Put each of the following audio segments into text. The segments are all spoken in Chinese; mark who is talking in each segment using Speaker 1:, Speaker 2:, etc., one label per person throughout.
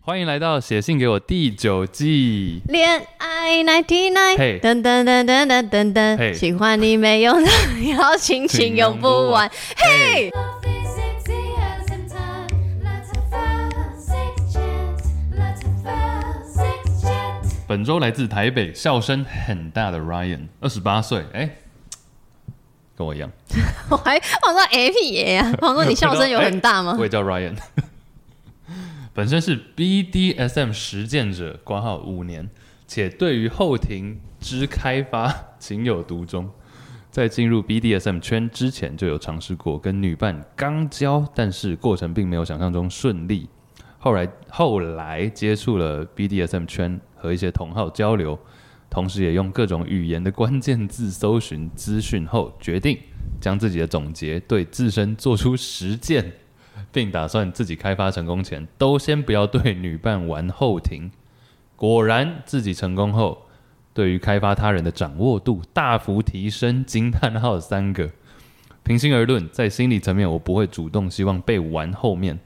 Speaker 1: 欢迎来到写信给我第九季。
Speaker 2: 恋爱 ninety
Speaker 1: 嘿
Speaker 2: nine，噔噔噔噔噔噔
Speaker 1: 嘿
Speaker 2: 噔，喜欢你没有理由，心情用不完。嘿，
Speaker 3: Love is sexy as in time. Let's have a six chance. Let's have a six chance.
Speaker 1: 本周来自台北笑声很大的 Ryan，二十八岁，哎、跟我一样。
Speaker 2: 我还我说哎屁耶呀，我说你笑声有很大吗
Speaker 1: 我？也叫 Ryan，本身是 BDSM 实践者，挂号五年，且对于后庭之开发情有独钟。在进入 BDSM 圈之前，就有尝试过跟女伴刚交，但是过程并没有想象中顺利。后来后来接触了 BDSM 圈和一些同好交流，同时也用各种语言的关键字搜寻资讯后，决定将自己的总结对自身做出实践，并打算自己开发成功前，都先不要对女伴玩后庭。果然，自己成功后，对于开发他人的掌握度大幅提升，惊叹号三个。平心而论，在心理层面，我不会主动希望被玩后面，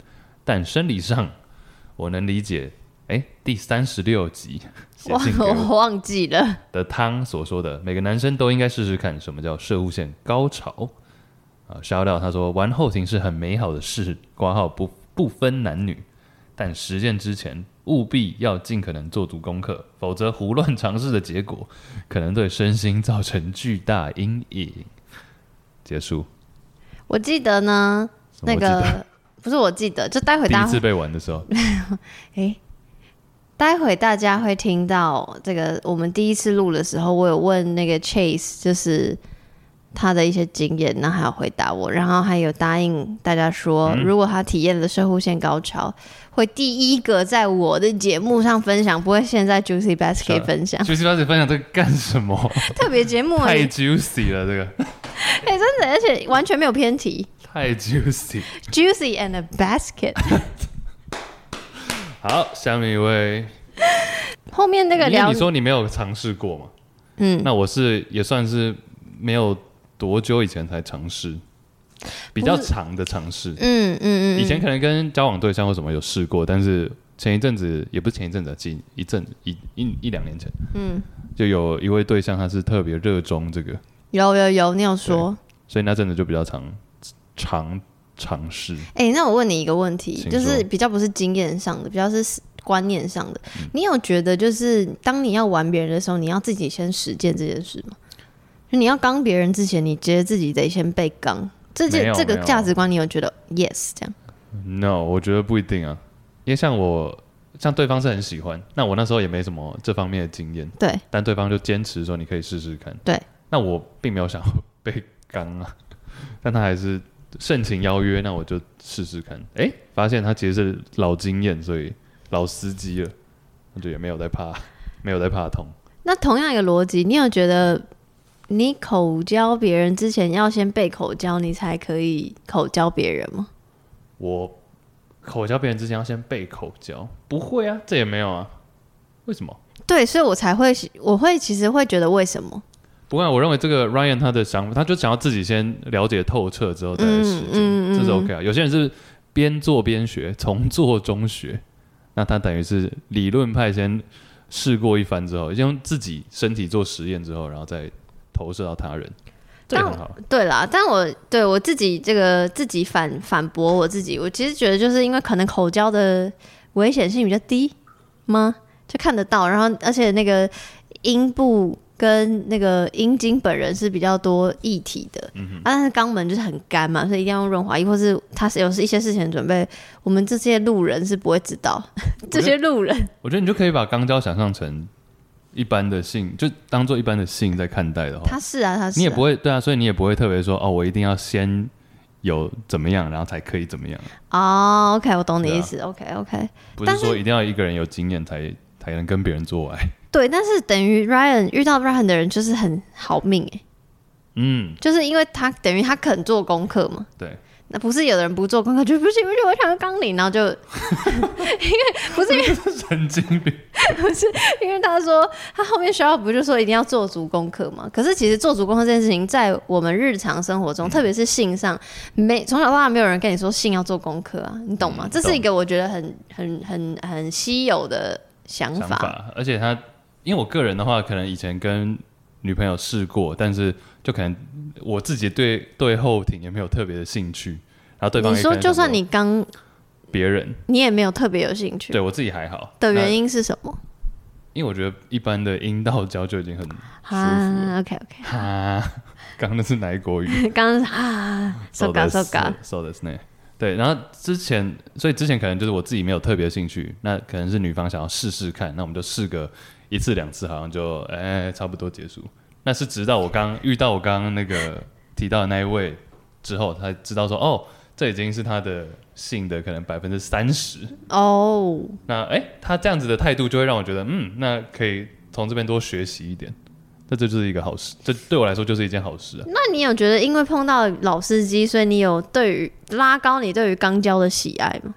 Speaker 1: 但生理上，我能理解。哎，第三十六集写
Speaker 2: 哇
Speaker 1: 信给，我
Speaker 2: 我忘记了。
Speaker 1: 的汤所说的，每个男生都应该试试看什么叫射物线高潮。啊，烧掉他说玩后庭是很美好的事，挂号不不分男女，但实践之前务必要尽可能做足功课，否则胡乱尝试的结果可能对身心造成巨大阴影。结束。
Speaker 2: 我记得呢，
Speaker 1: 什么
Speaker 2: 那
Speaker 1: 我记得
Speaker 2: 个不是我记得，就待 会
Speaker 1: 第
Speaker 2: 大
Speaker 1: 一
Speaker 2: 家
Speaker 1: 次被玩的时 候，
Speaker 2: 诶，待会大家会听到这个，我们第一次录的时候，我有问那个 Chase，就是他的一些经验，然后还有回答我，然后还有答应大家说，
Speaker 1: 嗯
Speaker 2: 如果他体验了射护线高潮，会第一个在我的节目上分享，不会现在 Juicy
Speaker 1: 啊
Speaker 2: Basket 分享
Speaker 1: juicy 老师分享这个干什么？
Speaker 2: 特别节目而
Speaker 1: 太
Speaker 2: 已，
Speaker 1: juicy 了，这个
Speaker 2: 哎、真的，而且完全没有偏题
Speaker 1: 太 juicy。
Speaker 2: ，Juicy and a Basket
Speaker 1: 好，下面一位
Speaker 2: 后面那个
Speaker 1: 因为
Speaker 2: 聊
Speaker 1: 你说你没有尝试过嘛，
Speaker 2: 嗯，
Speaker 1: 那我是也算是没有多久以前才尝试，比较长的尝试。
Speaker 2: 嗯嗯嗯，嗯
Speaker 1: 以前可能跟交往对象或什么有试过，但是前一阵子也不是前一阵子啊，近一阵子一一一两年前，
Speaker 2: 嗯
Speaker 1: 就有一位对象他是特别热衷这个，
Speaker 2: 有有有，你有说。
Speaker 1: 所以那阵子就比较常常尝试。
Speaker 2: 哎、那我问你一个问题，
Speaker 1: 请
Speaker 2: 就
Speaker 1: 说嗯
Speaker 2: 是比较不是经验上的，比较是观念上的。你有觉得就是当你要玩别人的时候，你要自己先实践这件事吗？就你要刚别人之前，你觉得自己得先被刚，这
Speaker 1: 没
Speaker 2: 件
Speaker 1: 有
Speaker 2: 这个
Speaker 1: 没有
Speaker 2: 价值观，你有觉得 yes 这样？
Speaker 1: No，我觉得不一定啊，因为像我像对方是很喜欢，那我那时候也没什么这方面的经验。
Speaker 2: 对，
Speaker 1: 但对方就坚持说你可以试试看。
Speaker 2: 对，
Speaker 1: 那我并没有想要 被刚啊，但他还是盛情邀约，那我就试试看。诶，发现他其实是老经验，所以老司机了，那就也没有在怕，没有在怕痛。
Speaker 2: 那同样一个逻辑，你有觉得你口交别人之前要先被口交，你才可以口交别人吗？
Speaker 1: 我口交别人之前要先背口交，不会啊，这也没有啊，为什么？
Speaker 2: 对，所以我才会，我会其实会觉得为什么？
Speaker 1: 不过我认为这个 Ryan 他的想法，他就想要自己先了解透彻之后再来实践，
Speaker 2: 嗯嗯嗯
Speaker 1: 这是 OK 啊。有些人是边做边学，从做中学，那他等于是理论派先试过一番之后，用自己身体做实验之后，然后再投射到他人，这也
Speaker 2: 但
Speaker 1: 很好。
Speaker 2: 对啦，但我对我自己这个自己反反驳我自己，我其实觉得就是因为可能口交的危险性比较低吗？就看得到，然后而且那个阴部跟那个阴茎本人是比较多液体的，
Speaker 1: 嗯
Speaker 2: 啊，但是肛门就是很干嘛，所以一定要用润滑液，或是它是有是一些事情的准备，我们这些路人是不会知道，这些路人
Speaker 1: 我觉得你就可以把肛交想象成一般的性，就当做一般的性在看待的话，
Speaker 2: 他是啊，他是、啊，
Speaker 1: 你也不会对啊，所以你也不会特别说哦，我一定要先有怎么样，然后才可以怎么样。
Speaker 2: 哦，OK，我懂你
Speaker 1: 对啊
Speaker 2: 意思，OK OK。
Speaker 1: 不
Speaker 2: 但
Speaker 1: 是
Speaker 2: 是
Speaker 1: 说一定要一个人有经验才才能跟别人做爱。
Speaker 2: 对，但是等于 Ryan 遇到 Ryan 的人就是很好命哎、
Speaker 1: 嗯，
Speaker 2: 就是因为他等于他肯做功课嘛，
Speaker 1: 对，
Speaker 2: 那不是有的人不做功课，就不行不行，我想要纲领，然后就， 因为不是因为
Speaker 1: 神经病。
Speaker 2: 因为他说他后面学校不就说一定要做足功课吗？可是其实做足功课这件事情，在我们日常生活
Speaker 1: 嗯
Speaker 2: 中，特别是性上，没从小到大没有人跟你说性要做功课啊，你懂吗？
Speaker 1: 嗯
Speaker 2: 这是一
Speaker 1: 懂
Speaker 2: 个我觉得很很很很稀有的想
Speaker 1: 想法，而且他，因为我个人的话，可能以前跟女朋友试过，但是就可能我自己对对后庭也没有特别的兴趣，然后对方
Speaker 2: 你
Speaker 1: 也可
Speaker 2: 说
Speaker 1: 能
Speaker 2: 就
Speaker 1: 想
Speaker 2: 算
Speaker 1: 说
Speaker 2: 你刚，
Speaker 1: 别人
Speaker 2: 你也没有特别有兴趣
Speaker 1: 对我自己还好
Speaker 2: 的原
Speaker 1: 因，
Speaker 2: 因是什么
Speaker 1: 因为我觉得一般的阴道交就已经很服
Speaker 2: 啊？OK OK，
Speaker 1: 哈，刚刚那是哪一国语？
Speaker 2: 刚刚是啊，受嘎受嘎，
Speaker 1: so that's n 对，然后之前，所以之前可能就是我自己没有特别兴趣，那可能是女方想要试试看，那我们就试个一次两次，好像就哎、差不多结束。那是直到我刚遇到我刚刚那个提到的那一位之后，才知道说哦，这已经是他的性的可能百分之三十。
Speaker 2: 哦，
Speaker 1: 那哎、他这样子的态度就会让我觉得，嗯，那可以从这边多学习一点。那这就是一个好事，这对我来说就是一件好事啊。
Speaker 2: 那你有觉得因为碰到老司机，所以你有对于拉高你对于肛交的喜爱吗？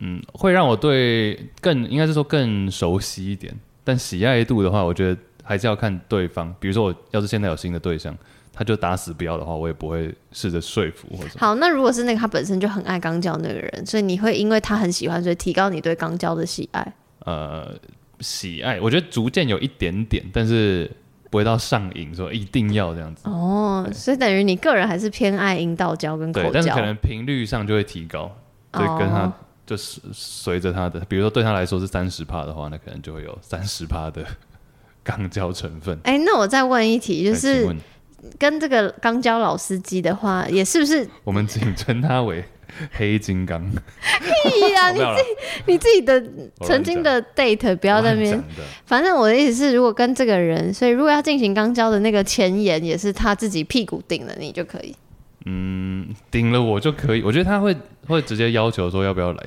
Speaker 1: 嗯，会让我对更应该是说更熟悉一点，但喜爱度的话，我觉得还是要看对方。比如说，我要是现在有新的对象，他就打死不要的话，我也不会试着说服或者
Speaker 2: 好，那如果是那个他本身就很爱肛交那个人，所以你会因为他很喜欢，所以提高你对肛交的喜爱。
Speaker 1: 呃喜爱。我觉得逐渐有一点点，但是不会到上瘾，说一定要这样子。
Speaker 2: 哦，所以等于你个人还是偏爱阴道交嗯跟口
Speaker 1: 对，但是
Speaker 2: 交
Speaker 1: 可。能频率上就会提高，就跟他、
Speaker 2: 哦
Speaker 1: 就是随着他的，比如说对他来说是三十趴的话，那可能就会有三十趴的 肛交成分。
Speaker 2: 哎、那我再问一题，就
Speaker 1: 哎请
Speaker 2: 是
Speaker 1: 问
Speaker 2: 跟这个肛交老司机的话，也是 不是？
Speaker 1: 我们仅称它为黑金刚。
Speaker 2: 对呀、
Speaker 1: 没有啦
Speaker 2: 啊你你自己的
Speaker 1: 我乱讲
Speaker 2: 曾经的 date 不要在那边
Speaker 1: 我乱讲的
Speaker 2: 反正我的意思是，如果跟这个人，所以如果要进行肛交的那个前言，也是他自己屁股顶了你就可以。
Speaker 1: 嗯，顶了我就可以。我觉得他会会直接要求说要不要来，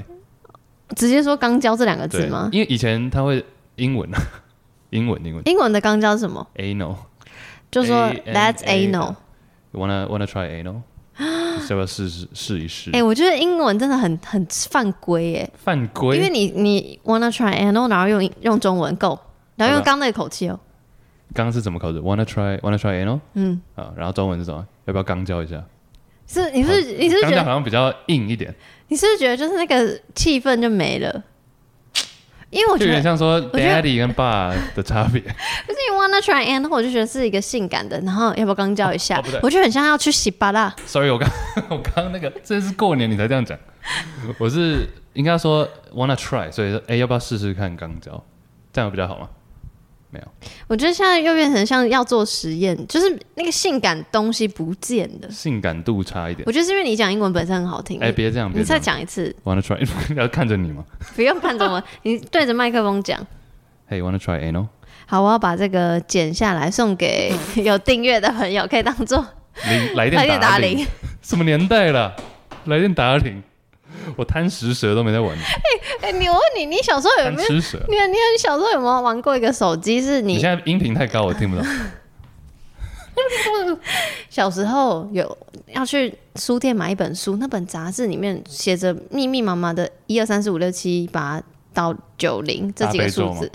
Speaker 2: 直接说“肛交”这两个字
Speaker 1: 对
Speaker 2: 吗？
Speaker 1: 因为以前他会英文啊， 英文英文
Speaker 2: 英文的肛交是什么？
Speaker 1: anal，
Speaker 2: 就说
Speaker 1: A N A
Speaker 2: “That's anal”。
Speaker 1: wanna wanna try anal，要不要试试试一试
Speaker 2: 哎、？我觉得英文真的很很犯规耶，
Speaker 1: 犯
Speaker 2: 因为
Speaker 1: 规，
Speaker 2: 你你 wanna try anal，然后用用中文 go，然后用
Speaker 1: 好的
Speaker 2: 刚那个口气哦、
Speaker 1: 刚刚是怎么考的？wanna try wanna try anal
Speaker 2: 嗯，
Speaker 1: 啊，然后中文是什么？要不要刚教一下？
Speaker 2: 是你是不是你是不是
Speaker 1: 刚教
Speaker 2: 觉得
Speaker 1: 好像比较硬一点，
Speaker 2: 你是不是觉得就是那个气氛就没了？因为我
Speaker 1: 就
Speaker 2: 觉
Speaker 1: 有
Speaker 2: 得
Speaker 1: 点像说
Speaker 2: 我觉得
Speaker 1: daddy 跟爸的差别。
Speaker 2: 可是你 wanna try and，我就觉得是一个性感的，然后要不要刚教一下？
Speaker 1: 哦不对
Speaker 2: 我就很像要去洗巴拉。
Speaker 1: Sorry，我刚我刚刚那个，这是过年你才这样讲。我是应该说 wanna try，所以说，哎、要不要试试看肛交？这样比较好吗？没有，
Speaker 2: 我觉得现在又变成像要做实验，就是那个性感东西不见了。
Speaker 1: 性感度差一点
Speaker 2: 我。觉得是因为你讲英文本身很好听。
Speaker 1: 哎、别这样，
Speaker 2: 你
Speaker 1: 别这
Speaker 2: 再
Speaker 1: 样。
Speaker 2: 讲一次，
Speaker 1: wanna try，要 看着你吗？
Speaker 2: 不用看中文，你对着麦克风讲。
Speaker 1: 嘿、hey,，wanna try anal？
Speaker 2: 好，我要把这个剪下来送给有订阅的朋友，可以当做
Speaker 1: 零来
Speaker 2: 来
Speaker 1: 电
Speaker 2: 电打
Speaker 1: 铃，
Speaker 2: 铃。
Speaker 1: 什么年代了？来电打铃，我贪食蛇都没在玩，
Speaker 2: 哎、你我问你，你小时候有
Speaker 1: 贪
Speaker 2: 没有？
Speaker 1: 吃蛇。
Speaker 2: 你你你小时候有没有玩过一个手机？是
Speaker 1: 你
Speaker 2: 你
Speaker 1: 现在音频太高，我 听不到。
Speaker 2: 小时候有要去书店买一本书，那本杂志里面写着密密麻麻的一二三四五六七八到九零这几个数字，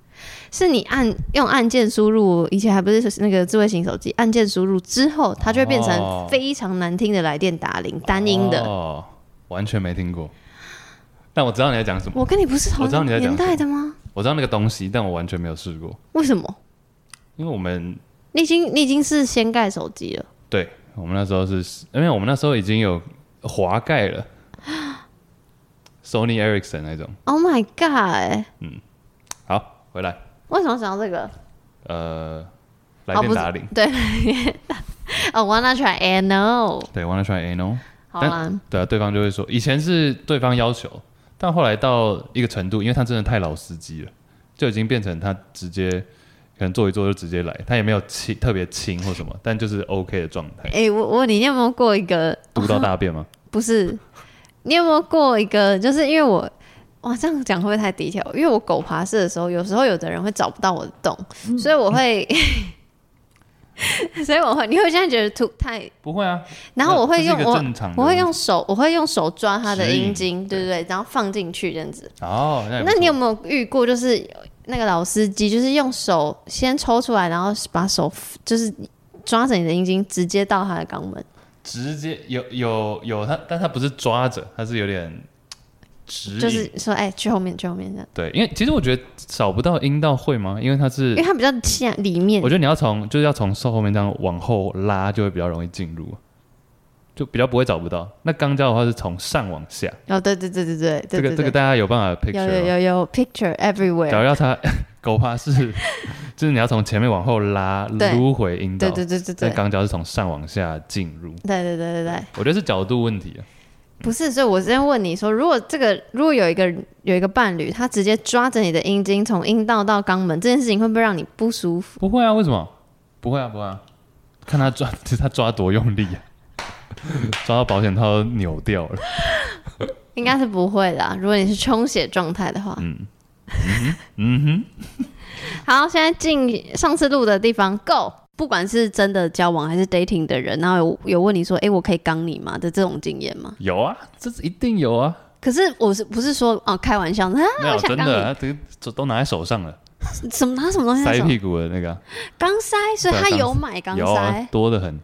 Speaker 2: 是你按用按键输入，以前还不是那个智慧型手机，按键输入之后，它就会变成
Speaker 1: 哦
Speaker 2: 非常难听的来电打铃，单音的。
Speaker 1: 哦，完全没听过。但我知道你在讲什么，
Speaker 2: 我跟你不是同
Speaker 1: 我知道你在讲
Speaker 2: 年代的吗？
Speaker 1: 我知道那个东西，但我完全没有试过。
Speaker 2: 为什么？
Speaker 1: 因为我们
Speaker 2: 你已经你已经是掀盖手机了，
Speaker 1: 对我们那时候是，因为我们那时候已经有滑盖 了，Sony Ericsson 那种。
Speaker 2: ，Oh my god！
Speaker 1: 好，回来，
Speaker 2: 为什么想到这个？
Speaker 1: 呃，来
Speaker 2: 哦
Speaker 1: 电
Speaker 2: 不是
Speaker 1: 打铃，
Speaker 2: 对，哦、w a n n a try and no，
Speaker 1: 对，wanna try anal，
Speaker 2: 好
Speaker 1: 但
Speaker 2: 啦。
Speaker 1: 对啊，对方就会说，以前是对方要求，但后来到一个程度，因为他真的太老司机了，就已经变成他直接可能坐一坐就直接来，他也没有亲特别亲或什么，但就是 OK 的状态。
Speaker 2: 哎、我我问你，你有没有过一个？
Speaker 1: 读到大便吗？
Speaker 2: 不是，你有没有过一个？就是因为我，哇，这样讲会不会太低调？因为
Speaker 1: 嗯
Speaker 2: 我狗爬式的时候，有时候有的人会找不到我的洞，所以我会， 所以我会，你会现在觉得吐太，
Speaker 1: 不会啊，
Speaker 2: 然后我会用
Speaker 1: 这是一个
Speaker 2: 我
Speaker 1: 正常的
Speaker 2: 我会用手，我会用手抓它的
Speaker 1: 指引
Speaker 2: 阴茎，对不对？然后放进去这样子。
Speaker 1: 哦，那也不
Speaker 2: 那你有
Speaker 1: 错
Speaker 2: 没有遇过，就是那个老司机，就是用手先抽出来，然后把手就是抓着你的阴茎，直接到他的肛门，
Speaker 1: 直接有有有他，但他不是抓着，他是有点指引，
Speaker 2: 就是说，哎、去后面，去后面这样，
Speaker 1: 对，因为其实我觉得扫不到阴道会吗？因为它是
Speaker 2: 因为，它比较像里面
Speaker 1: 我觉得你要从就是要从受后面这样往后拉，就会比较容易进入，就比较不会找不到。那肛交的话是从上往下，
Speaker 2: 哦，对对对对对对，
Speaker 1: 这个
Speaker 2: 对
Speaker 1: 这个大家有办法 picture
Speaker 2: 有有
Speaker 1: 吗
Speaker 2: 有有 picture
Speaker 1: 假
Speaker 2: everywhere，
Speaker 1: 如要它 狗趴 是，就是你要从前面往后拉，
Speaker 2: 对
Speaker 1: 撸回阴道。
Speaker 2: 对对对对对
Speaker 1: 但，肛交是从上往下进入，
Speaker 2: 对对对对对，
Speaker 1: 我觉得是角度问题啊。
Speaker 2: 不是，所以我之前问你说，如果这个如果有一个有一个伴侣，他直接抓着你的阴茎从阴道到肛门，这件事情会不会让你不舒服？
Speaker 1: 不会啊，为什么？不会啊，不会啊。看他抓， 他抓多用力啊，抓到保险套都扭掉了。
Speaker 2: 应该是不会啦，如果你是充血状态的话。
Speaker 1: 嗯嗯
Speaker 2: 好，现在进上次录的地方，Go。不管是真的交往还是 dating 的人，然后有有问你说，哎、我可以刚你吗的这种经验吗
Speaker 1: 哼？，有啊，这是一定有啊。
Speaker 2: 可是我是不是说哦开玩笑？啊，
Speaker 1: 没有
Speaker 2: 我想
Speaker 1: 真
Speaker 2: 刚
Speaker 1: 的，他都都拿在手上了，
Speaker 2: 你什么拿什么东西在
Speaker 1: 塞
Speaker 2: 手？
Speaker 1: 屁股的那个啊
Speaker 2: 钢塞，所以
Speaker 1: 对
Speaker 2: 他
Speaker 1: 钢
Speaker 2: 有
Speaker 1: 塞
Speaker 2: 买钢
Speaker 1: 有啊
Speaker 2: 塞，
Speaker 1: 多的很。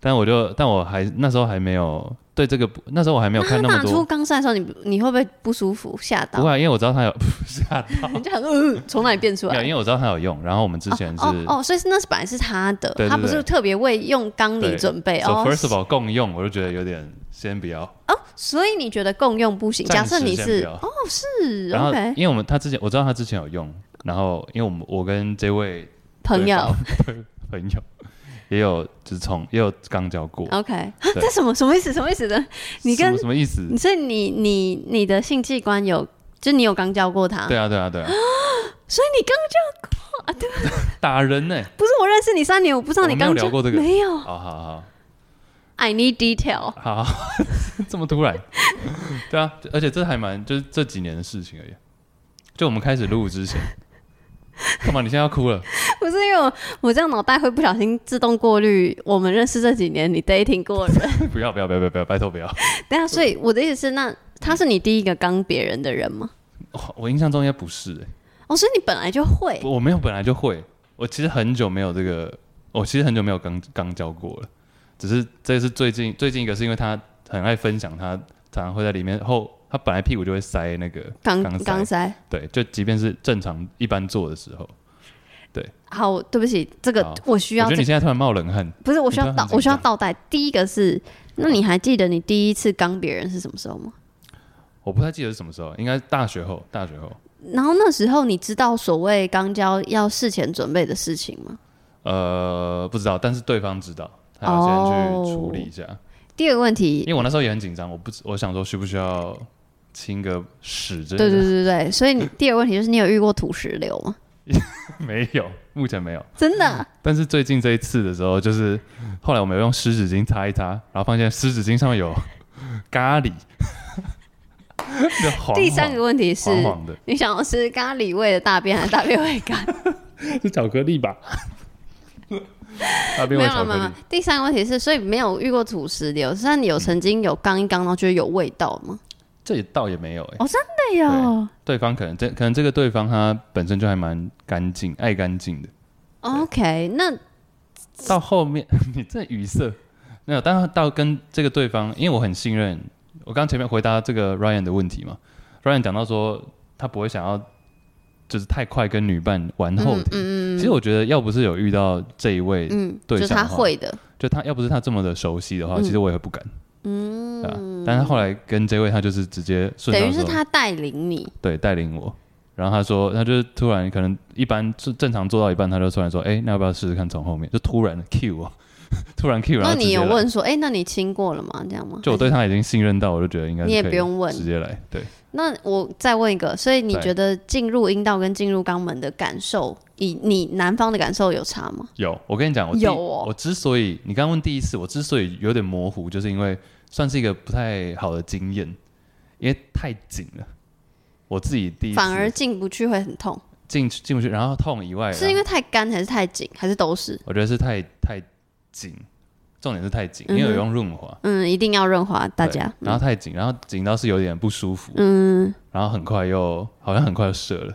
Speaker 1: 但我就，但我还那时候还没有对这个不，那时候我还没有
Speaker 2: 那他
Speaker 1: 看那么
Speaker 2: 拿出
Speaker 1: 多。
Speaker 2: 钢塞的时候，你你会不会不舒服、吓
Speaker 1: 不
Speaker 2: 到？
Speaker 1: 会啊，因为我知道他有 吓 到，
Speaker 2: 人家想说呃从哪里变出
Speaker 1: 没有，
Speaker 2: 来？
Speaker 1: 因为我知道他有用。然后我们之前是，
Speaker 2: 哦哦，所以是那是本来是他的，
Speaker 1: 对对
Speaker 2: 他不是
Speaker 1: 对
Speaker 2: 特别为用钢你
Speaker 1: 对
Speaker 2: 准备
Speaker 1: so
Speaker 2: 哦。
Speaker 1: first of all 共用，我就觉得有点先不要。
Speaker 2: 哦，所以你觉得共用不行？假
Speaker 1: 暂
Speaker 2: 设
Speaker 1: 时
Speaker 2: 你
Speaker 1: 先
Speaker 2: 是
Speaker 1: 不要
Speaker 2: 哦是
Speaker 1: 然后
Speaker 2: OK
Speaker 1: 因为我们他之前我知道他之前有用，然后因为我们我跟这位
Speaker 2: 朋友
Speaker 1: 对方朋友 也有就是从也有刚交过，
Speaker 2: OK，啊
Speaker 1: 对
Speaker 2: 这什么什么意思？什么意思呢？你
Speaker 1: 什
Speaker 2: 跟
Speaker 1: 么什么意思？
Speaker 2: 所以你你你的性器官有，就你有刚教过他，
Speaker 1: 对啊对啊对啊，
Speaker 2: 所以你刚啊教
Speaker 1: 打人 呢？
Speaker 2: 不是我认识你三年，我不知道你
Speaker 1: 我没有
Speaker 2: 刚教
Speaker 1: 聊过这个
Speaker 2: 没有
Speaker 1: 好好
Speaker 2: ，I need detail。
Speaker 1: 好好， 这么突然？对啊，而且这还蛮就是这几年的事情而已，就我们开始录之 前。干嘛？你现在要哭了？
Speaker 2: 不是因为我我这样脑袋会不小心自动过滤我们认识这几年你 dating 过的人，
Speaker 1: 不要不要不要不要不要！拜托不要！
Speaker 2: 对啊，所以我的意思是，那他是你第一个刚别人的人吗？
Speaker 1: 哦我印象中应该不是、欸，
Speaker 2: 哦，所以你本来就会
Speaker 1: 我没有，本来就会。我其实很久没有这个，我其实很久没有刚刚教过了。只是这是最近最近一个，是因为他很爱分享，他常常会在里面后，他本来屁股就会塞那个
Speaker 2: 刚
Speaker 1: 钢
Speaker 2: 刚
Speaker 1: 塞，
Speaker 2: 塞。
Speaker 1: 对，就即便是正常一般做的时候，
Speaker 2: 好，对不起，这个
Speaker 1: 好
Speaker 2: 我需
Speaker 1: 我
Speaker 2: 要
Speaker 1: 觉得
Speaker 2: 这
Speaker 1: 你现在突然冒冷汗，
Speaker 2: 不是我需要
Speaker 1: 你突然
Speaker 2: 倒
Speaker 1: 很紧
Speaker 2: 我需要
Speaker 1: 张
Speaker 2: 倒带。第一个是，那你还记得你第一次刚别人是什么时候吗？
Speaker 1: 我不太记得是什么时候，应该是大学后，大学
Speaker 2: 哦
Speaker 1: 后，
Speaker 2: 然后那时候你知道所谓刚交要事前准备的事情吗？
Speaker 1: 呃，不知道，但是对方知道，他要先去处理一下，
Speaker 2: 第二个问
Speaker 1: 因
Speaker 2: 题，
Speaker 1: 为我那时候也很紧张，我不知，我想说需不需要亲个屎之类
Speaker 2: 对
Speaker 1: 的，
Speaker 2: 对对对，所以你第二个问题就是你有遇过土石流吗？
Speaker 1: 没有，目前没有。
Speaker 2: 真的，
Speaker 1: 但是最近这一次的时候，就是后来我们有用湿纸巾擦一擦，然后发现湿纸巾上面有咖喱， 就黄黄
Speaker 2: 第三个问题是，
Speaker 1: 黄黄的，
Speaker 2: 你想要吃咖喱味的大便还是大便味咖 喱？
Speaker 1: 是巧克力吧？那边有
Speaker 2: 没有
Speaker 1: 巧
Speaker 2: 没
Speaker 1: 克
Speaker 2: 有没有
Speaker 1: 力，。
Speaker 2: 第三个问题是，所以没有遇过土石流，但你有曾经有刚一刚，然后觉得有味道吗？
Speaker 1: 这也倒也没有哎、
Speaker 2: 哦没
Speaker 1: 有。对方可能这可能这个对方他本身就还蛮干净，爱干净的。
Speaker 2: OK，那嗯
Speaker 1: 到后面 你这语塞，没有，但到跟这个对方，因为我很信任，我刚前面回答这个 Ryan 的问题嘛，Ryan 讲到说他不会想要就是太快跟女伴玩后庭，
Speaker 2: 嗯嗯嗯，
Speaker 1: 其实我觉得要不是有遇到这一位，
Speaker 2: 嗯，
Speaker 1: 对
Speaker 2: 就是
Speaker 1: 象的
Speaker 2: 他
Speaker 1: 话
Speaker 2: 会的，
Speaker 1: 就他要不是他这么的熟悉的话，
Speaker 2: 嗯
Speaker 1: 其实我也会不敢，嗯，对吧、但是后来跟这位他就是直接顺
Speaker 2: 等
Speaker 1: 道
Speaker 2: 于是
Speaker 1: 说，
Speaker 2: 他带领你。
Speaker 1: 对，带领我。然后他说，他就是突然可能一般正正常做到一半，他就突然说，哎、那要不要试试看从后面？就突然 Q 我， 突然 Q，然后
Speaker 2: 那
Speaker 1: 啊直接
Speaker 2: 你有
Speaker 1: 来
Speaker 2: 问说，哎，那你亲过了吗？这样吗？
Speaker 1: 就我对他已经信任到，我就觉得应该是
Speaker 2: 你也
Speaker 1: 可以
Speaker 2: 不用问
Speaker 1: 直接来。对，
Speaker 2: 那我再问一个，所以你
Speaker 1: 对
Speaker 2: 觉得进入阴道跟进入肛门的感受，以你男方的感受有差吗？
Speaker 1: 有我跟你讲，我第
Speaker 2: 有哦
Speaker 1: 我之所以你刚问第一次，我之所以有点模糊，就是因为算是一个不太好的经验，因为太紧了。我自己第一次
Speaker 2: 反而进不去会很痛。
Speaker 1: 进去进不去，然后痛以外，
Speaker 2: 是因为太干还是太紧还是都是？
Speaker 1: 我觉得是太太紧，重点是太紧，因为
Speaker 2: 嗯哼
Speaker 1: 有用润滑，
Speaker 2: 嗯，一定要润滑，大
Speaker 1: 对啊
Speaker 2: 家。
Speaker 1: 然后太紧，然后紧到是有点不舒服，
Speaker 2: 嗯，
Speaker 1: 然后很快又好像很快就射了，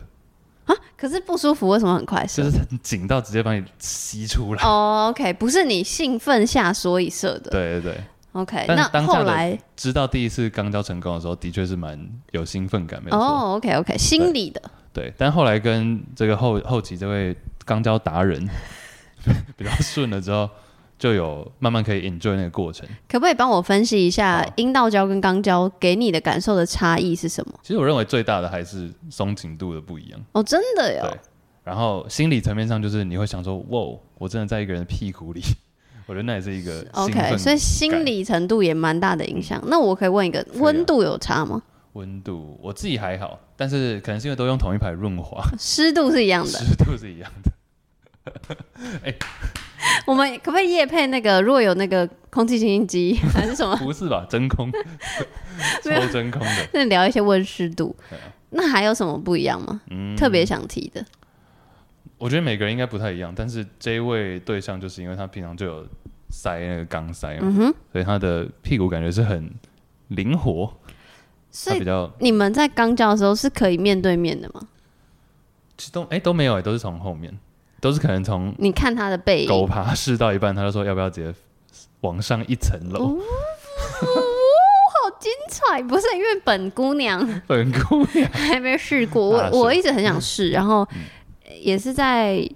Speaker 2: 可是不舒服为什么很快
Speaker 1: 就
Speaker 2: 射？
Speaker 1: 是很紧到直接把你吸出来。
Speaker 2: 哦、o k 不是你兴奋下所以射的。
Speaker 1: 对对对，
Speaker 2: OK，
Speaker 1: 但是
Speaker 2: 那
Speaker 1: 当下的
Speaker 2: 后来
Speaker 1: 知道第一次肛交成功的时候，的确是蛮有兴奋感，没有错。
Speaker 2: 哦，OK OK，心理的
Speaker 1: 对，但后来跟这个后后期这位肛交达人 比较顺了之后，就有慢慢可以 enjoy 那个过程。
Speaker 2: 可不可以帮我分析一下
Speaker 1: 好
Speaker 2: 阴道胶跟肛胶给你的感受的差异是什么？
Speaker 1: 其实我认为最大的还是松紧度的不一样。
Speaker 2: 哦，真的哟，
Speaker 1: 对，然后心理层面上就是你会想说，哇，我真的在一个人的屁股里， 我觉得那也是一个兴
Speaker 2: OK，
Speaker 1: 奋
Speaker 2: 所以心理程度也蛮大的影响。那我可以问一个，
Speaker 1: 以啊
Speaker 2: 温度有差吗？
Speaker 1: 温度我自己还好，但是可能是因为都用同一排润滑，
Speaker 2: 湿度是一样的。
Speaker 1: 湿度是一 样的。
Speaker 2: 我们可不可以夜配那个？如果有那个空气清 新机还是什么，
Speaker 1: 不是吧？真 空，
Speaker 2: 没有
Speaker 1: 抽真空的。
Speaker 2: 那聊一些温湿度
Speaker 1: 对啊。嗯
Speaker 2: 那还有什么不一样吗？特别想提的。
Speaker 1: 我觉得每个人应该不太一样，但是这一位对象就是因为他平常就有塞那个钢塞嘛，
Speaker 2: 嗯哼，
Speaker 1: 所以他的屁股感觉是很灵活，
Speaker 2: 所
Speaker 1: 他
Speaker 2: 以
Speaker 1: 比较
Speaker 2: 你们在刚教的时候是可以面对面的吗？
Speaker 1: 其实都哎、都没有哎、都是从后面，都是可能从
Speaker 2: 你看他的背
Speaker 1: 狗
Speaker 2: 影，
Speaker 1: 爬试到一半，他就说要不要直接往上一层楼？
Speaker 2: 哦好精彩！不是因为本姑娘。
Speaker 1: 本姑娘，
Speaker 2: 还没试过，我
Speaker 1: 大神
Speaker 2: 我一直很
Speaker 1: 嗯
Speaker 2: 想试，然后也是在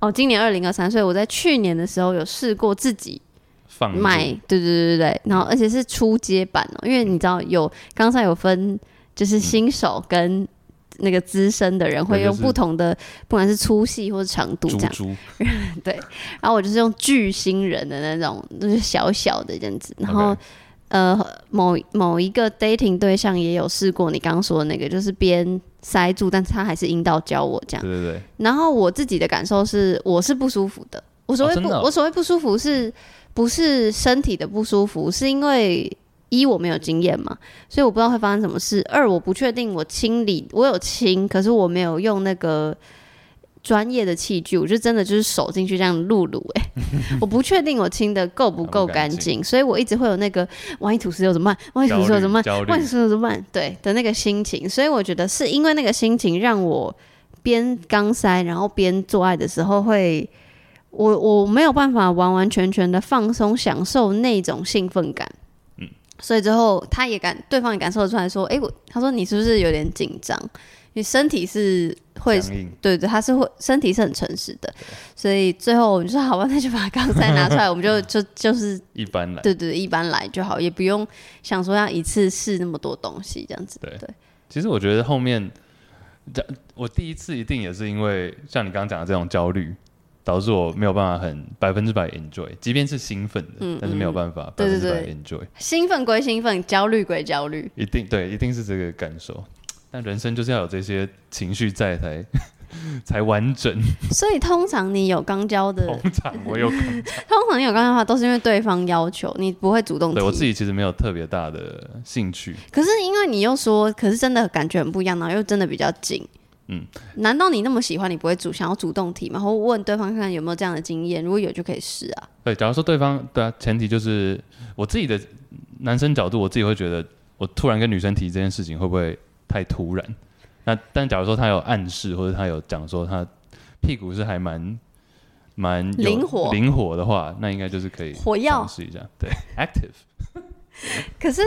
Speaker 2: 哦，今年二零二三，所以我在去年的时候有试过自己
Speaker 1: 放入
Speaker 2: 买，对对对对对，然后
Speaker 1: 嗯
Speaker 2: 而且是初阶版哦，因为你知道有刚才有分就是新手跟那个资深的人会
Speaker 1: 嗯对就
Speaker 2: 用
Speaker 1: 是
Speaker 2: 不同的，不管是粗细或者长度
Speaker 1: 猪
Speaker 2: 这样，
Speaker 1: 猪，
Speaker 2: 然后我就是用巨星人的那种，就是小小的这样子，然后
Speaker 1: OK
Speaker 2: 呃，某某一个 dating 对象也有试过你刚刚说的那个，就是边塞住，但是他还是阴道教我这
Speaker 1: 对
Speaker 2: 样。
Speaker 1: 对对，
Speaker 2: 然后我自己的感受是，我是不舒服的。我所谓
Speaker 1: 哦真
Speaker 2: 不，
Speaker 1: 的哦
Speaker 2: 我所谓不舒服是不是身体的不舒服？是因为一我没有经验嘛，所以我不知道会发生什么事。二我不确定我清理，我有清，可是我没有用那个专业的器具，我就真的就是手进去这样撸撸哎，我不确定我清的够不够干
Speaker 1: 干不
Speaker 2: 净，所以我一直会有那个万一吐司有怎么办？万一吐司有怎么办？
Speaker 1: 焦虑焦
Speaker 2: 万一
Speaker 1: 虑
Speaker 2: 吐司有怎么办？对的那个心情，所以我觉得是因为那个心情让我边刚塞，然后边做爱的时候会。我我没有办法完完全全的放松享受那种兴奋感，所以之后他也感对方也感受得出来说，诶，我他说你是不是有点紧张？你身体是会
Speaker 1: 僵硬，
Speaker 2: 对对，他是会身体是很诚实的，所以最后我们就说好吧，那就把钢塞拿出来，我们就 就就是
Speaker 1: 一般来。
Speaker 2: 对对一般来就好，也不用想说要一次试那么多东西这样子。
Speaker 1: 对其实我觉得后面，这我第一次一定也是因为像你刚刚讲的这种焦虑，导致我没有办法很百分之百 enjoy，即便是兴奋的，
Speaker 2: 嗯
Speaker 1: 但是没有办法百
Speaker 2: 对
Speaker 1: 分
Speaker 2: 对
Speaker 1: 之百
Speaker 2: 对
Speaker 1: enjoy，
Speaker 2: 兴奋归兴奋，焦虑归焦虑，
Speaker 1: 一定对，一定是这个感受。但人生就是要有这些情绪在才 才完整。
Speaker 2: 所以通常你有刚交的，
Speaker 1: 通常我有，
Speaker 2: 通常你有刚交的话，都是因为对方要求，你不会主动提。
Speaker 1: 对我自己其实没有特别大的兴趣。
Speaker 2: 可是因为你又说，可是真的感觉很不一样，然后又真的比较紧。
Speaker 1: 嗯，
Speaker 2: 难道你那么喜欢，你不会主想要主动提吗？或问对方看看有没有这样的经验？如果有，就可以试啊。
Speaker 1: 对，假如说对方对啊，前提就是我自己的男生角度，我自己会觉得，我突然跟女生提这件事情会不会太突然？那但假如说他有暗示，或者他有讲说他屁股是还蛮蛮有
Speaker 2: 灵活
Speaker 1: 灵活的话，那应该就是可以
Speaker 2: 火药
Speaker 1: 尝试一下。对，active
Speaker 2: 可是，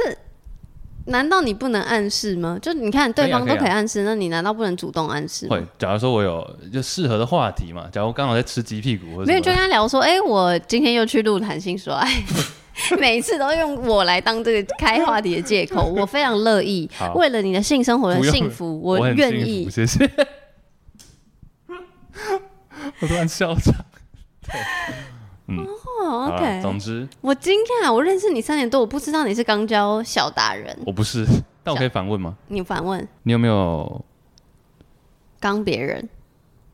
Speaker 2: 难道你不能暗示吗？就你看对方
Speaker 1: 可以
Speaker 2: 都
Speaker 1: 啊
Speaker 2: 可以暗示，那你难道不能主动暗示吗？
Speaker 1: 会。假如说我有就适合的话题嘛，假如刚好在吃鸡屁股或者
Speaker 2: 没有，
Speaker 1: 什
Speaker 2: 就跟
Speaker 1: 么
Speaker 2: 他聊说，哎、我今天又去录谈性 说爱，每一次都用我来当这个开话题的借口，我非常乐意
Speaker 1: 好，
Speaker 2: 为了你的性生活的
Speaker 1: 不用
Speaker 2: 幸福，
Speaker 1: 我很
Speaker 2: 愿
Speaker 1: 幸
Speaker 2: 意
Speaker 1: 福，谢谢。 我突然笑场。
Speaker 2: 哦
Speaker 1: 好啦
Speaker 2: ，OK，嗯
Speaker 1: 总之
Speaker 2: 我惊讶，我认识你三年多，我不知道你是肛交小达人。
Speaker 1: 我不是，但我可以反问吗？
Speaker 2: 你反问
Speaker 1: 你有没有
Speaker 2: 肛别人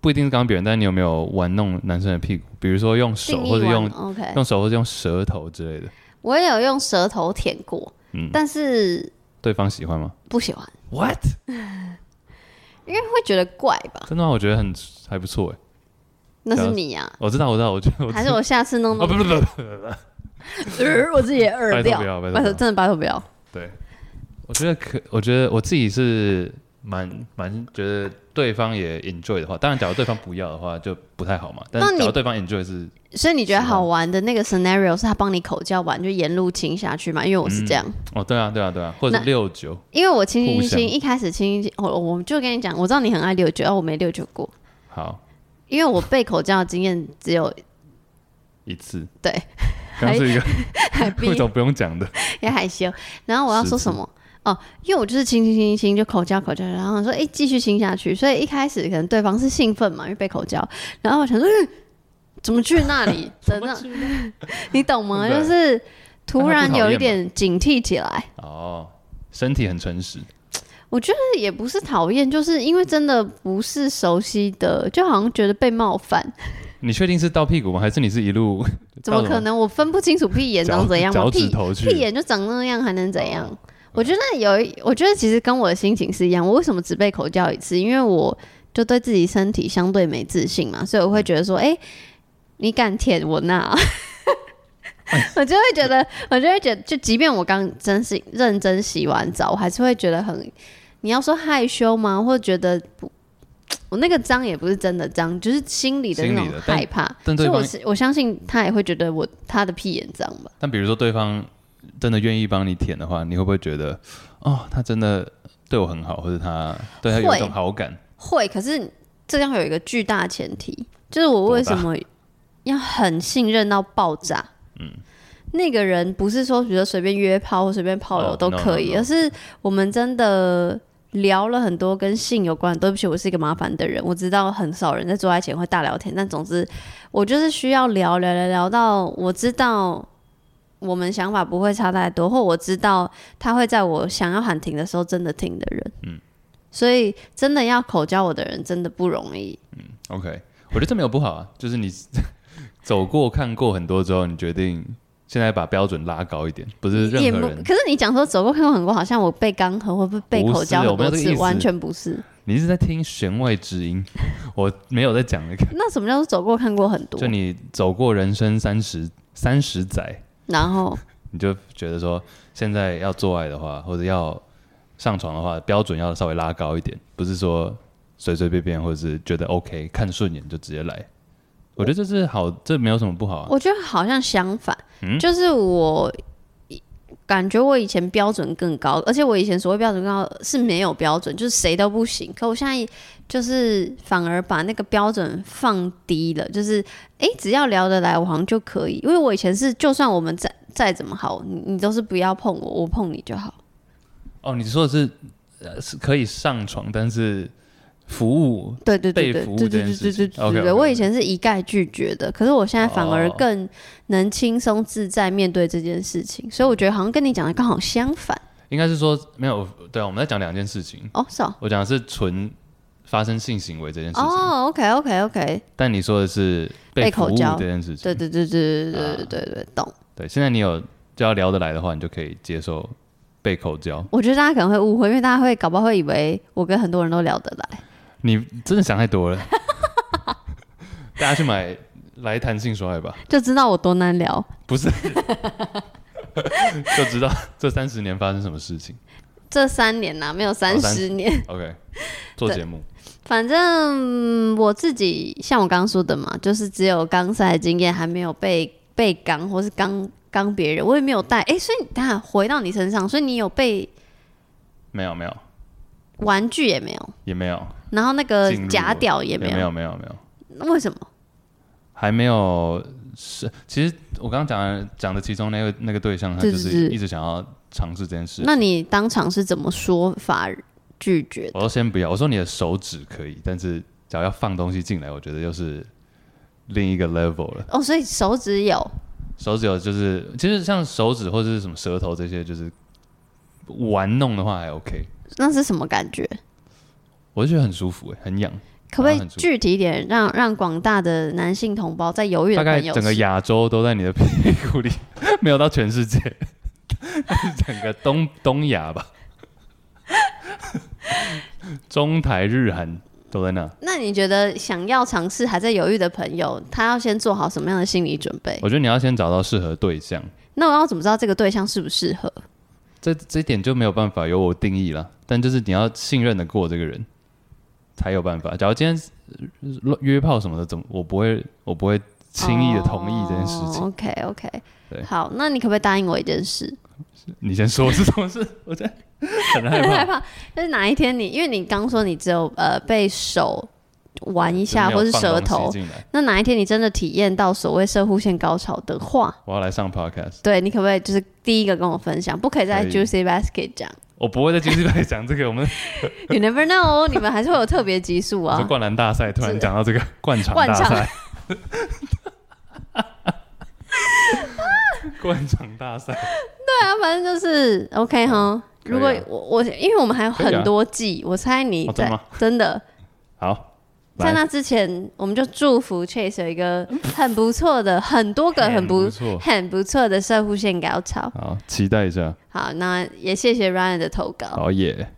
Speaker 1: 不一定是刚别人，但你有没有玩弄男生的屁股？比如说用手
Speaker 2: 定义
Speaker 1: 或者
Speaker 2: 完
Speaker 1: 用
Speaker 2: OK，
Speaker 1: 用手或者用舌头之类的，
Speaker 2: 我也有用舌头舔过，
Speaker 1: 嗯
Speaker 2: 但是
Speaker 1: 对方喜欢吗
Speaker 2: 不喜欢。
Speaker 1: ？What？
Speaker 2: 因为会觉得怪吧？
Speaker 1: 真的吗？我觉得很还不错哎。
Speaker 2: 那是你呀、
Speaker 1: 我知道，我知道，我觉啊得我
Speaker 2: 还 是我下次弄
Speaker 1: 哦
Speaker 2: 弄
Speaker 1: 不不不不不不，
Speaker 2: 呃，我自己也耳
Speaker 1: 拜
Speaker 2: 掉，
Speaker 1: 托不要拜托不要
Speaker 2: 拜托，真的拜托不要。
Speaker 1: 对，我觉得可，我觉得我自己是蛮蛮觉得对方也 enjoy 的话，当然假如对方不要的话就不太好嘛。但
Speaker 2: 那你
Speaker 1: 假如对方 enjoy 是啊
Speaker 2: 所以你觉得好玩的那个 scenario 是他帮你口交完就沿路亲下去嘛？因为我是这样，
Speaker 1: 哦，对啊对啊对啊，或者
Speaker 2: 那
Speaker 1: 六九，
Speaker 2: 因为我亲亲
Speaker 1: 互相
Speaker 2: 亲，一开始亲亲亲，我我就跟你讲，我知道你很爱六九，哦，我没六九过，
Speaker 1: 好
Speaker 2: 因为我被口交的经验 只有
Speaker 1: 一次。
Speaker 2: 对，
Speaker 1: 刚刚是一个
Speaker 2: 还
Speaker 1: 为
Speaker 2: 逼
Speaker 1: 什么不用讲的？
Speaker 2: 也害羞。然后我要说什么？哦，因为我就是亲亲亲亲就口交口交，然后说哎继续亲下去，所以一开始可能对方是兴奋嘛，因为被口交，然后我想说、嗯怎么去那 里？真的，你懂吗？
Speaker 1: 对
Speaker 2: 就是突然
Speaker 1: 但他不讨
Speaker 2: 有一
Speaker 1: 厌
Speaker 2: 点警惕起来。
Speaker 1: 哦，身体很诚实，
Speaker 2: 我觉得也不是讨厌，就是因为真的不是熟悉的，就好像觉得被冒犯。
Speaker 1: 你确定是到屁股吗？还是你是一路
Speaker 2: 怎么
Speaker 1: 到什
Speaker 2: 可能？我分不清楚屁眼
Speaker 1: 脚
Speaker 2: 长怎样吗？
Speaker 1: 脚趾
Speaker 2: 屁
Speaker 1: 头去哦
Speaker 2: 屁眼就长那样，还能怎样？我觉得有一，我觉得其实跟我的心情是一样。我为什么只被口交一次？因为我就对自己身体相对没自信嘛，所以我
Speaker 1: 嗯
Speaker 2: 会觉得说，哎、你敢舔我那、 我就会觉得，我就会觉得，就即便我刚真是认真洗完澡，我还是会觉得很，你要说害羞吗？或者觉得不，我那个脏也不是真的脏，就是心里的那
Speaker 1: 心里
Speaker 2: 种
Speaker 1: 的但
Speaker 2: 害怕。
Speaker 1: 但对
Speaker 2: 所以
Speaker 1: 方
Speaker 2: 我是我相信他也会觉得我他的屁眼脏吧。
Speaker 1: 但比如说对方真的愿意帮你舔的话，你会不会觉得哦，他真的对我很好，或者他对他有一种
Speaker 2: 会
Speaker 1: 好感？
Speaker 2: 会，可是这样有一个巨大前提，就是我为什么要很信任到爆炸？嗯，那个人不是说比如说随便约炮或随便炮友
Speaker 1: 哦
Speaker 2: 都
Speaker 1: no,
Speaker 2: 可以
Speaker 1: no, no
Speaker 2: 而是我们真的。聊了很多跟性有关的，对不起，我是一个麻烦的人，我知道很少人在做爱前会大聊天，但总之我就是需要聊聊聊聊到我知道我们想法不会差太多，或我知道他会在我想要喊停的时候真的停的人，嗯，所以真的要口交我的人真的不容易，
Speaker 1: OK，我觉得这没有不好啊，就是你走过看过很多之后，你决定现在把标准拉高一点，不是
Speaker 2: 也
Speaker 1: 任
Speaker 2: 不
Speaker 1: 何人。
Speaker 2: 可是你讲说走过看过很过，好像我被刚和或被被
Speaker 1: 不是
Speaker 2: 口交很
Speaker 1: 我没
Speaker 2: 多
Speaker 1: 有这个
Speaker 2: 次
Speaker 1: 意，思
Speaker 2: 完全不是。
Speaker 1: 你是在听弦外之音，我没有在讲那个。
Speaker 2: 那什么叫做走过看过很多
Speaker 1: 就？你走过人生三十三十载，
Speaker 2: 然后
Speaker 1: 你就觉得说现在要做爱的话，或者要上床的话，标准要稍微拉高一点，不是说随随便便，或者是觉得 OK 看顺眼就直接来。我觉得这是好，这没有什么不好啊。
Speaker 2: 我觉得好像相反，
Speaker 1: 嗯
Speaker 2: 就是我以感觉我以前标准更高，而且我以前所谓标准更高是没有标准，就是谁都不行。可我现在就是反而把那个标准放低了，就是诶，只要聊得来，我好像就可以。因为我以前是，就算我们再再怎么好，你你都是不要碰我，我碰你就好。
Speaker 1: 哦，你说的是呃是可以上床，但是服务
Speaker 2: 对对
Speaker 1: 被
Speaker 2: 对对
Speaker 1: 服务
Speaker 2: 对对
Speaker 1: 这
Speaker 2: 对
Speaker 1: 件
Speaker 2: 对
Speaker 1: 事
Speaker 2: 对
Speaker 1: 情
Speaker 2: 对
Speaker 1: OK，OK，
Speaker 2: 对对，我以前是一概拒绝的，可是我现在反而更能轻松自在面对这件事情，所以我觉得好像跟你讲的刚好相反
Speaker 1: 应该是说没有对啊，我们在讲两件事情。
Speaker 2: 哦，是哦，
Speaker 1: 我讲的是纯发生性行为这件事情，
Speaker 2: 哦，OK OK OK，
Speaker 1: 但你说的是
Speaker 2: 被
Speaker 1: 服
Speaker 2: 口
Speaker 1: 务
Speaker 2: 交
Speaker 1: 这件事情。
Speaker 2: 对对对对对对对对对，懂。
Speaker 1: 对，现在你有只要聊得来的话，你就可以接受被口交。
Speaker 2: 我觉得大家可能会误会，因为大家会搞不好会以为我跟很多人都聊得来，
Speaker 1: 你真的想太多了，大家去买来谈性说爱吧，
Speaker 2: 就知道我多难聊。
Speaker 1: 不是 就知道这三十年发生什么事情。
Speaker 2: 这三年呐、没有三十年，
Speaker 1: OK，做节目
Speaker 2: 反正、嗯我自己像我刚刚说的嘛，就是只有刚塞的经验，还没有被被刚或是刚刚别人，我也没有带。哎、所以等下回到你身上，所以你有被
Speaker 1: 没有没有
Speaker 2: 玩具也没有，
Speaker 1: 也没有
Speaker 2: 然后那个
Speaker 1: 进入
Speaker 2: 假屌哦也
Speaker 1: 也
Speaker 2: 没
Speaker 1: 没
Speaker 2: 有，
Speaker 1: 有没有没有
Speaker 2: 为什么？
Speaker 1: 还没有是，其实我刚刚讲的讲的其中那个那个对象，他
Speaker 2: 对
Speaker 1: 就
Speaker 2: 对
Speaker 1: 是
Speaker 2: 对
Speaker 1: 一直想要尝试这件事。
Speaker 2: 那你当场是怎么说法拒绝的？
Speaker 1: 我说先不要，我说你的手指可以，但是只要要放东西进来，我觉得又是另一个 level 了。
Speaker 2: 哦，所以手指有，
Speaker 1: 手指有就是，其实像手指或者是什么舌头这些，就是玩弄的话还 OK，
Speaker 2: 那是什么感觉？
Speaker 1: 我就觉得很舒服、欸，很痒。
Speaker 2: 可不可
Speaker 1: 然
Speaker 2: 以
Speaker 1: 后很舒服
Speaker 2: 具体一点让，让广大的男性同胞在犹豫
Speaker 1: 大
Speaker 2: 的
Speaker 1: 概
Speaker 2: 朋友
Speaker 1: 整个
Speaker 2: 是
Speaker 1: 亚洲都在你的屁股里， 没有到全世界， 但是整个东东亚吧。 中台日韩都在那。
Speaker 2: 那你觉得想要尝试还在犹豫的朋友，他要先做好什么样的心理准备？
Speaker 1: 我觉得你要先找到适合对象，
Speaker 2: 那我要怎么知道这个对象适不适合？
Speaker 1: 这这一点就没有办法由我定义了。但就是你要信任的过这个人，才有办
Speaker 2: 嗯
Speaker 1: 法。假如今天呃约炮什么的，怎么我不会我不会轻易的同意这件事情。
Speaker 2: OK OK，
Speaker 1: 对
Speaker 2: 哦好，那你可不可以答应我一件事？
Speaker 1: 你先说是什么事？ 我真的很害
Speaker 2: 很 害
Speaker 1: 怕。
Speaker 2: 怕，就是哪一天你，因为你刚说你只有呃被手玩一下，
Speaker 1: 就
Speaker 2: 或
Speaker 1: 没
Speaker 2: 是
Speaker 1: 有放
Speaker 2: 舌
Speaker 1: 东西
Speaker 2: 头，
Speaker 1: 进来，
Speaker 2: 那哪一天你真的体验到所谓射护线高潮的话，
Speaker 1: 我要来上 podcast。
Speaker 2: 对你可不可以就是第一个跟我分享？不可以在
Speaker 1: 可以
Speaker 2: Juicy Basket 讲
Speaker 1: 我不会在 GC 来讲这个，我 们
Speaker 2: ，You never know，你们还是会有特别集数
Speaker 1: 说
Speaker 2: 啊。
Speaker 1: 灌篮大赛突然
Speaker 2: 是
Speaker 1: 讲到这个灌场
Speaker 2: 灌
Speaker 1: 大
Speaker 2: 肠
Speaker 1: 赛， 灌场大赛，
Speaker 2: 对啊，反正就是 OK
Speaker 1: 可
Speaker 2: 哈。
Speaker 1: 以啊
Speaker 2: 如果我我因为我们还有
Speaker 1: 可以啊
Speaker 2: 很多季，我猜你
Speaker 1: 哦
Speaker 2: 在
Speaker 1: 真的吗
Speaker 2: 真的
Speaker 1: 好，
Speaker 2: 在
Speaker 1: 来
Speaker 2: 那之前，我们就祝福 Chase 有一个很不错的、很多个很
Speaker 1: 很
Speaker 2: 不
Speaker 1: 哎不错
Speaker 2: 很不错的射护线高潮。
Speaker 1: 好，期待一下，
Speaker 2: 好，那也谢谢 Ryan 的投稿。
Speaker 1: 好耶。